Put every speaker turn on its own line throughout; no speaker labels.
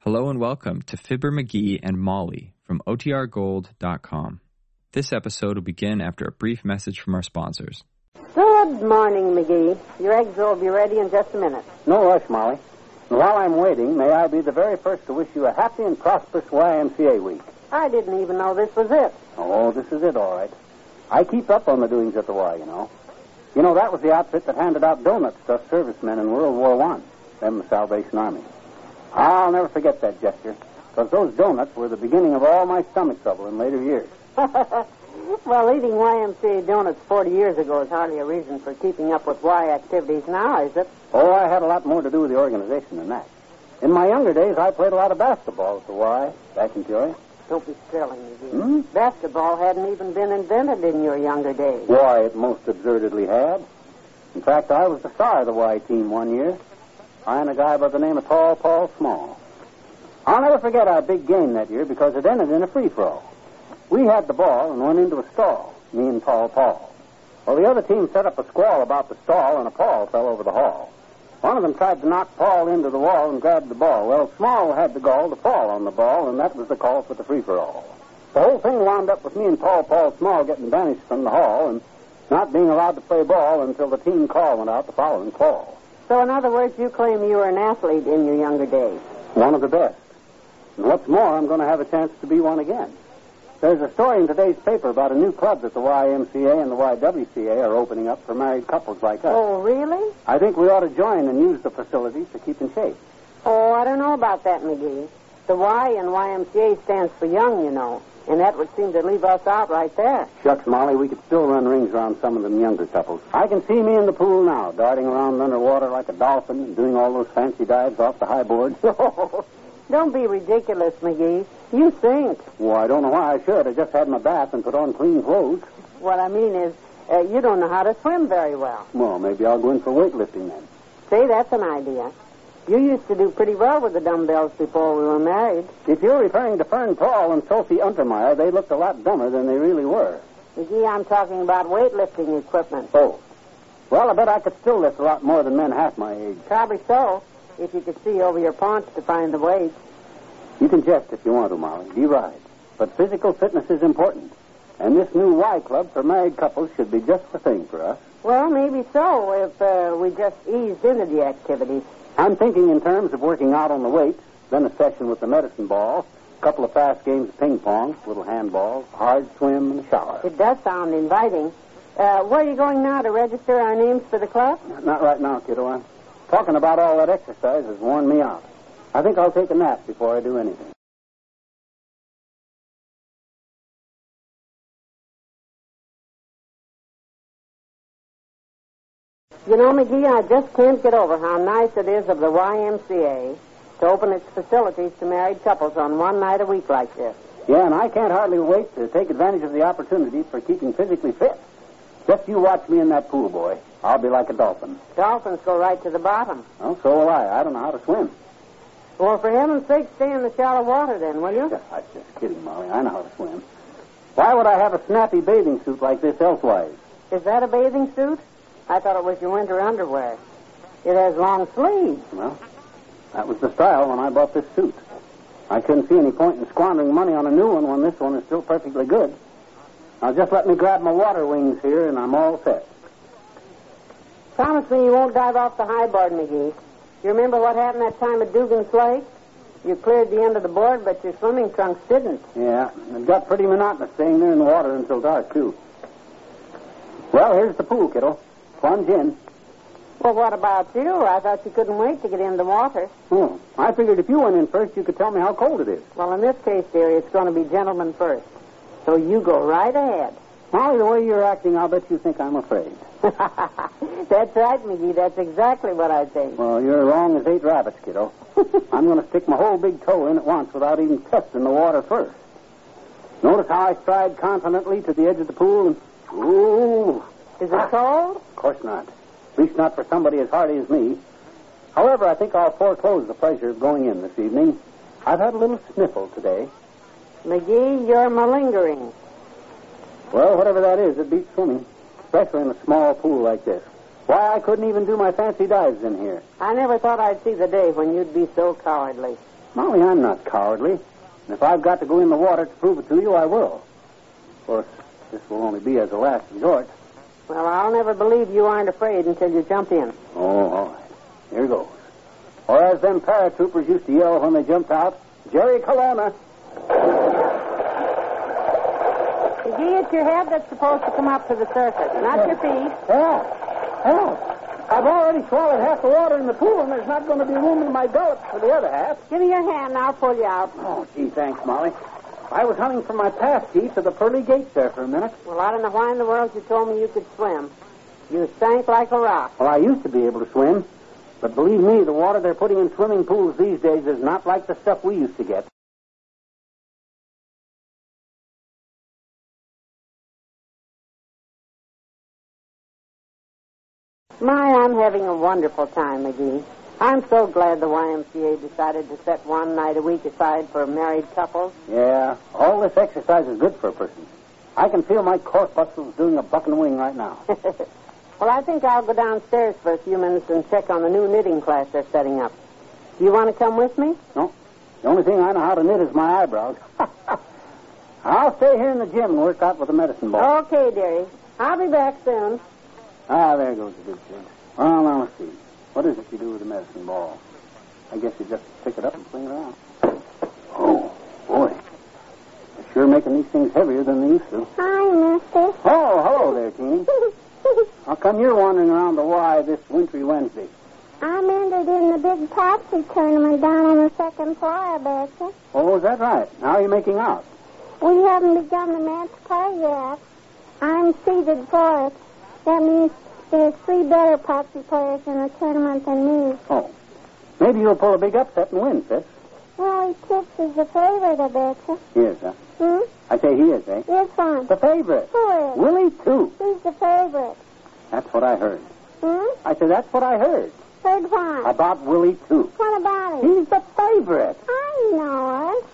Hello and welcome to Fibber McGee and Molly from OTRGold.com. This episode will begin after a brief message from our sponsors.
Good morning, McGee. Your eggs will be ready in just a minute.
No rush, Molly. And While I'm waiting, may I be the very first to wish you a happy and prosperous YMCA week.
I didn't even know this was it.
Oh, this is it, all right. I keep up on the doings at the Y, you know. You know, that was the outfit that handed out donuts to us servicemen in World War One. them the Salvation Army. I'll never forget that gesture, because those donuts were the beginning of all my stomach trouble in later years.
well, eating YMCA donuts 40 years ago is hardly a reason for keeping up with Y activities now, is it?
Oh, I had a lot more to do with the organization than that. In my younger days, I played a lot of basketball at the Y, back in Peoria.
Don't be silly, McGee.
Hmm?
Basketball hadn't even been invented in your younger days.
Why, it most absurdly had. In fact, I was the star of the Y team one year. I and a guy by the name of Tall Paul Small. I'll never forget our big game that year because it ended in a free throw. We had the ball and went into a stall, me and Tall Paul. Well, the other team set up a squall about the stall, and a Paul fell over the hall. One of them tried to knock Paul into the wall and grabbed the ball. Well, Small had the gall to fall on the ball, and that was the call for the free for all. The whole thing wound up with me and Paul Paul Small getting banished from the hall and not being allowed to play ball until the team call went out the following fall.
So, in other words, you claim you were an athlete in your younger days.
One of the best. And what's more, I'm going to have a chance to be one again. There's a story in today's paper about a new club that the YMCA and the YWCA are opening up for married couples like us.
Oh, really?
I think we ought to join and use the facilities to keep in shape.
Oh, I don't know about that, McGee. The Y in YMCA stands for young, you know, and that would seem to leave us out right there.
Shucks, Molly, we could still run rings around some of them younger couples. I can see me in the pool now, darting around underwater like a dolphin and doing all those fancy dives off the high board.
Don't be ridiculous, McGee. You think.
well, I don't know why I should. I just had my bath and put on clean clothes.
What I mean is, uh, you don't know how to swim very well.
Well, maybe I'll go in for weightlifting then.
See, that's an idea. You used to do pretty well with the dumbbells before we were married.
If you're referring to Fern Paul and Sophie Untermeyer, they looked a lot dumber than they really were.
McGee, I'm talking about weightlifting equipment.
Oh. Well, I bet I could still lift a lot more than men half my age.
Probably so, if you could see over your paunch to find the weight.
You can jest if you want to, Molly. Be right. But physical fitness is important. And this new Y Club for married couples should be just the thing for us.
Well, maybe so, if uh, we just eased into the activities.
I'm thinking in terms of working out on the weights, then a session with the medicine ball, a couple of fast games of ping pong, little handball, hard swim, and a shower.
It does sound inviting. Uh, where are you going now to register our names for the club?
Not right now, kiddo. I'm talking about all that exercise has worn me out. I think I'll take a nap before I do anything.
You know, McGee, I just can't get over how nice it is of the YMCA to open its facilities to married couples on one night a week like this.
Yeah, and I can't hardly wait to take advantage of the opportunity for keeping physically fit. Just you watch me in that pool, boy. I'll be like a dolphin.
Dolphins go right to the bottom.
Well, so will I. I don't know how to swim.
Well, for heaven's sake, stay in the shallow water then, will you?
I'm just kidding, Molly. I know how to swim. Why would I have a snappy bathing suit like this elsewise?
Is that a bathing suit? I thought it was your winter underwear. It has long sleeves.
Well, that was the style when I bought this suit. I couldn't see any point in squandering money on a new one when this one is still perfectly good. Now, just let me grab my water wings here, and I'm all set.
Promise me you won't dive off the high board, McGee. You remember what happened that time at Dugan's Lake? You cleared the end of the board, but your swimming trunks didn't.
Yeah, it got pretty monotonous staying there in the water until dark, too. Well, here's the pool, kiddo. Plunge in.
Well, what about you? I thought you couldn't wait to get in the water.
Hmm. I figured if you went in first, you could tell me how cold it is.
Well, in this case, dearie, it's going to be gentlemen first. So you go right ahead.
Molly, the way you're acting, I'll bet you think I'm afraid.
That's right, McGee. That's exactly what I think.
Well, you're wrong as eight rabbits, kiddo. I'm going to stick my whole big toe in at once without even testing the water first. Notice how I stride confidently to the edge of the pool and. Ooh!
Is it cold?
Of course not. At least not for somebody as hardy as me. However, I think I'll foreclose the pleasure of going in this evening. I've had a little sniffle today.
McGee, you're malingering.
Well, whatever that is, it beats swimming, especially in a small pool like this. Why, I couldn't even do my fancy dives in here.
I never thought I'd see the day when you'd be so cowardly.
Molly, I'm not cowardly. And if I've got to go in the water to prove it to you, I will. Of course, this will only be as a last resort.
Well, I'll never believe you aren't afraid until you jump in.
Oh, all right. Here goes. Or as them paratroopers used to yell when they jumped out, Jerry Colonna.
McGee, it's your head that's supposed to come up to the surface, not your feet.
Yeah. Yeah. I've already swallowed half the water in the pool, and there's not going to be room in my gullet for the other half.
Give me your hand and I'll pull you out.
Oh, gee, thanks, Molly. I was hunting for my pass key to the pearly gates there for a minute.
Well, I don't know why in the world you told me you could swim. You sank like a rock.
Well, I used to be able to swim, but believe me, the water they're putting in swimming pools these days is not like the stuff we used to get.
My, I'm having a wonderful time, McGee. I'm so glad the YMCA decided to set one night a week aside for married couples.
Yeah, all this exercise is good for a person. I can feel my corpuscles doing a buck and wing right now.
well, I think I'll go downstairs for a few minutes and check on the new knitting class they're setting up. Do you want to come with me?
No, the only thing I know how to knit is my eyebrows. I'll stay here in the gym and work out with the medicine ball.
Okay, dearie. I'll be back soon.
Ah, there goes the good kid. Well, now let's see. What is it you do with the medicine ball? I guess you just pick it up and fling it out. Oh, boy. They're sure making these things heavier than they used to.
Hi, mister.
Oh, hello there, Teeny. How come you're wandering around the Y this wintry Wednesday?
I'm entered in the big Topsy tournament down on the second floor, Bertha.
Oh, is that right? How are you making out?
We haven't begun the match play yet. I'm seeded for it. That means there's three better Topsy players in the tournament than me.
Oh. Maybe you'll pull a big upset and win, Fitz.
Well, he tips is the favorite, I betcha.
He is, huh?
Hmm?
I say he is, eh?
This one.
The favorite.
Who is?
Willie, too.
Who's the favorite?
That's what I heard.
Hmm?
I said, that's what I heard.
Heard what?
About Willie, too.
What about it?
He's the favorite.
I know it.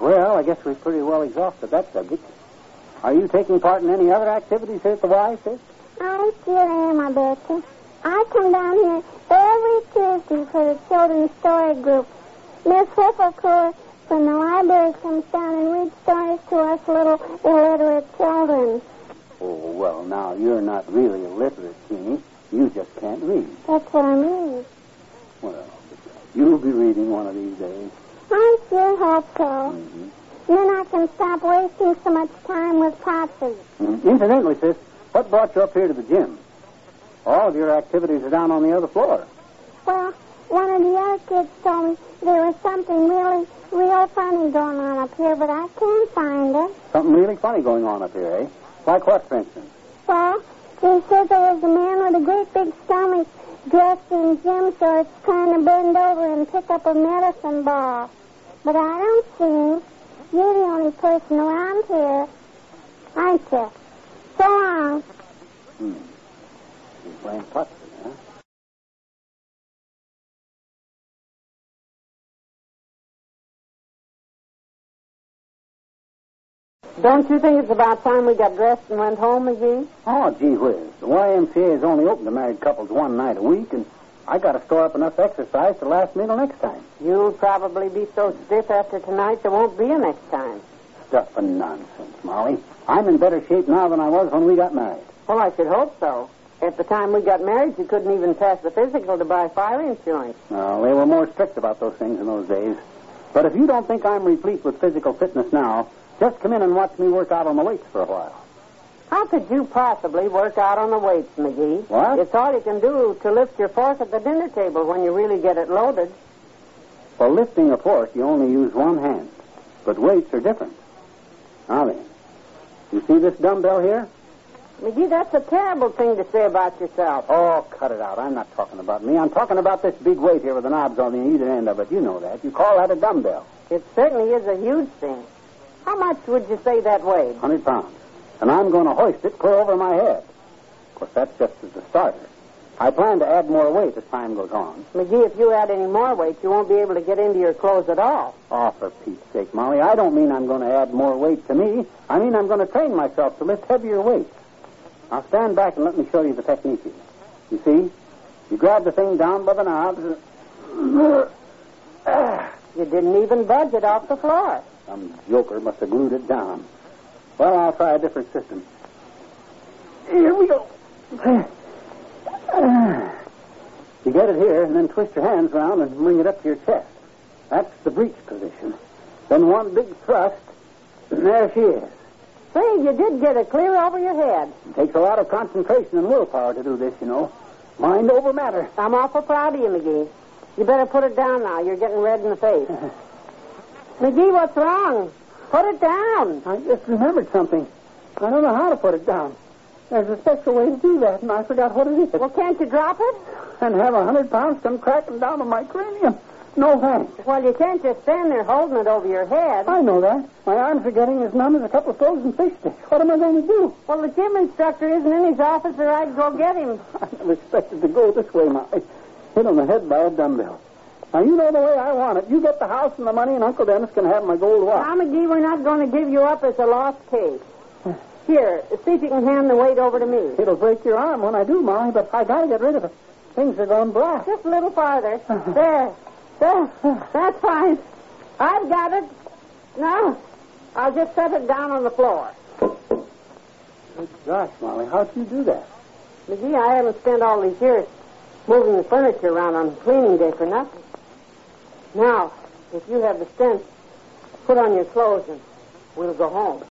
Well, I guess we're pretty well exhausted that subject. Are you taking part in any other activities here at the Y, sis?
I still am, I betcha. I come down here every Tuesday for the children's story group. Miss Whipple from the library comes down and reads stories to us little illiterate children.
Oh, well, now, you're not really illiterate, Teeny. You just can't read.
That's what I mean.
Well, you'll be reading one of these days.
I sure hope so.
Mm-hmm.
Then I can stop wasting so much time with Popsy.
Mm-hmm. Incidentally, sis, what brought you up here to the gym? All of your activities are down on the other floor.
Well, one of the other kids told me there was something really, real funny going on up here, but I can't find it.
Something really funny going on up here, eh? Like what, for instance?
Well, they said there was a man with a great big stomach dressed in gym shorts trying to bend over and pick up a medicine ball. But I don't see him. You're the only person around here, aren't you? So long.
Hmm. He's playing putt, huh?
Don't you think it's about time we got dressed and went home, McGee?
Oh, gee whiz. The YMCA is only open to married couples one night a week, and I gotta store up enough exercise to last me till next time.
You'll probably be so stiff after tonight there won't be a next time.
Stuff and nonsense, Molly. I'm in better shape now than I was when we got married.
Well, I should hope so. At the time we got married, you couldn't even pass the physical to buy fire insurance.
No, Uh, they were more strict about those things in those days. But if you don't think I'm replete with physical fitness now, just come in and watch me work out on the weights for a while.
How could you possibly work out on the weights, McGee?
What?
It's all you can do to lift your fork at the dinner table when you really get it loaded.
For lifting a fork, you only use one hand. But weights are different. Now then, you see this dumbbell here?
McGee, that's a terrible thing to say about yourself.
Oh, cut it out. I'm not talking about me. I'm talking about this big weight here with the knobs on the either end of it. You know that. You call that a dumbbell.
It certainly is a huge thing. How much would you say that weighed?
100 pounds. And I'm going to hoist it clear over my head. Of course, that's just as a starter. I plan to add more weight as time goes on.
McGee, if you add any more weight, you won't be able to get into your clothes at all.
Oh, for Pete's sake, Molly, I don't mean I'm going to add more weight to me. I mean I'm going to train myself to lift heavier weights. Now stand back and let me show you the technique here. You see? You grab the thing down by the knobs. and-
You didn't even budge it off the floor.
Some joker must have glued it down. Well, I'll try a different system. Here we go. You get it here, and then twist your hands around and bring it up to your chest. That's the breech position. Then one big thrust, and there she is.
See, you did get it clear over your head.
It takes a lot of concentration and willpower to do this, you know. Mind over matter.
I'm awful proud of you, McGee. You better put it down now. You're getting red in the face. McGee, what's wrong? Put it down.
I just remembered something. I don't know how to put it down. There's a special way to do that, and I forgot what it is.
Well, can't you drop it?
And have a hundred pounds come cracking down on my cranium. No thanks.
Well, you can't just stand there holding it over your head.
I know that. My arms are getting as numb as a couple of frozen fish sticks. What am I going to do?
Well, the gym instructor isn't in his office, or I'd go get him.
I never expected to go this way, my. Hit on the head by a dumbbell. Now, you know the way I want it. You get the house and the money, and Uncle Dennis can have my gold watch.
Now, McGee, we're not going to give you up as a lost case. Here, see if you can hand the weight over to me.
It'll break your arm when I do, Molly, but I gotta get rid of it. Things are going black.
Just a little farther. There. There. That's fine. I've got it. Now, I'll just set it down on the floor.
Gosh, Molly, how'd you do that?
McGee, I haven't spent all these years moving the furniture around on cleaning day for nothing. Now, if you have the sense, put on your clothes and we'll go home.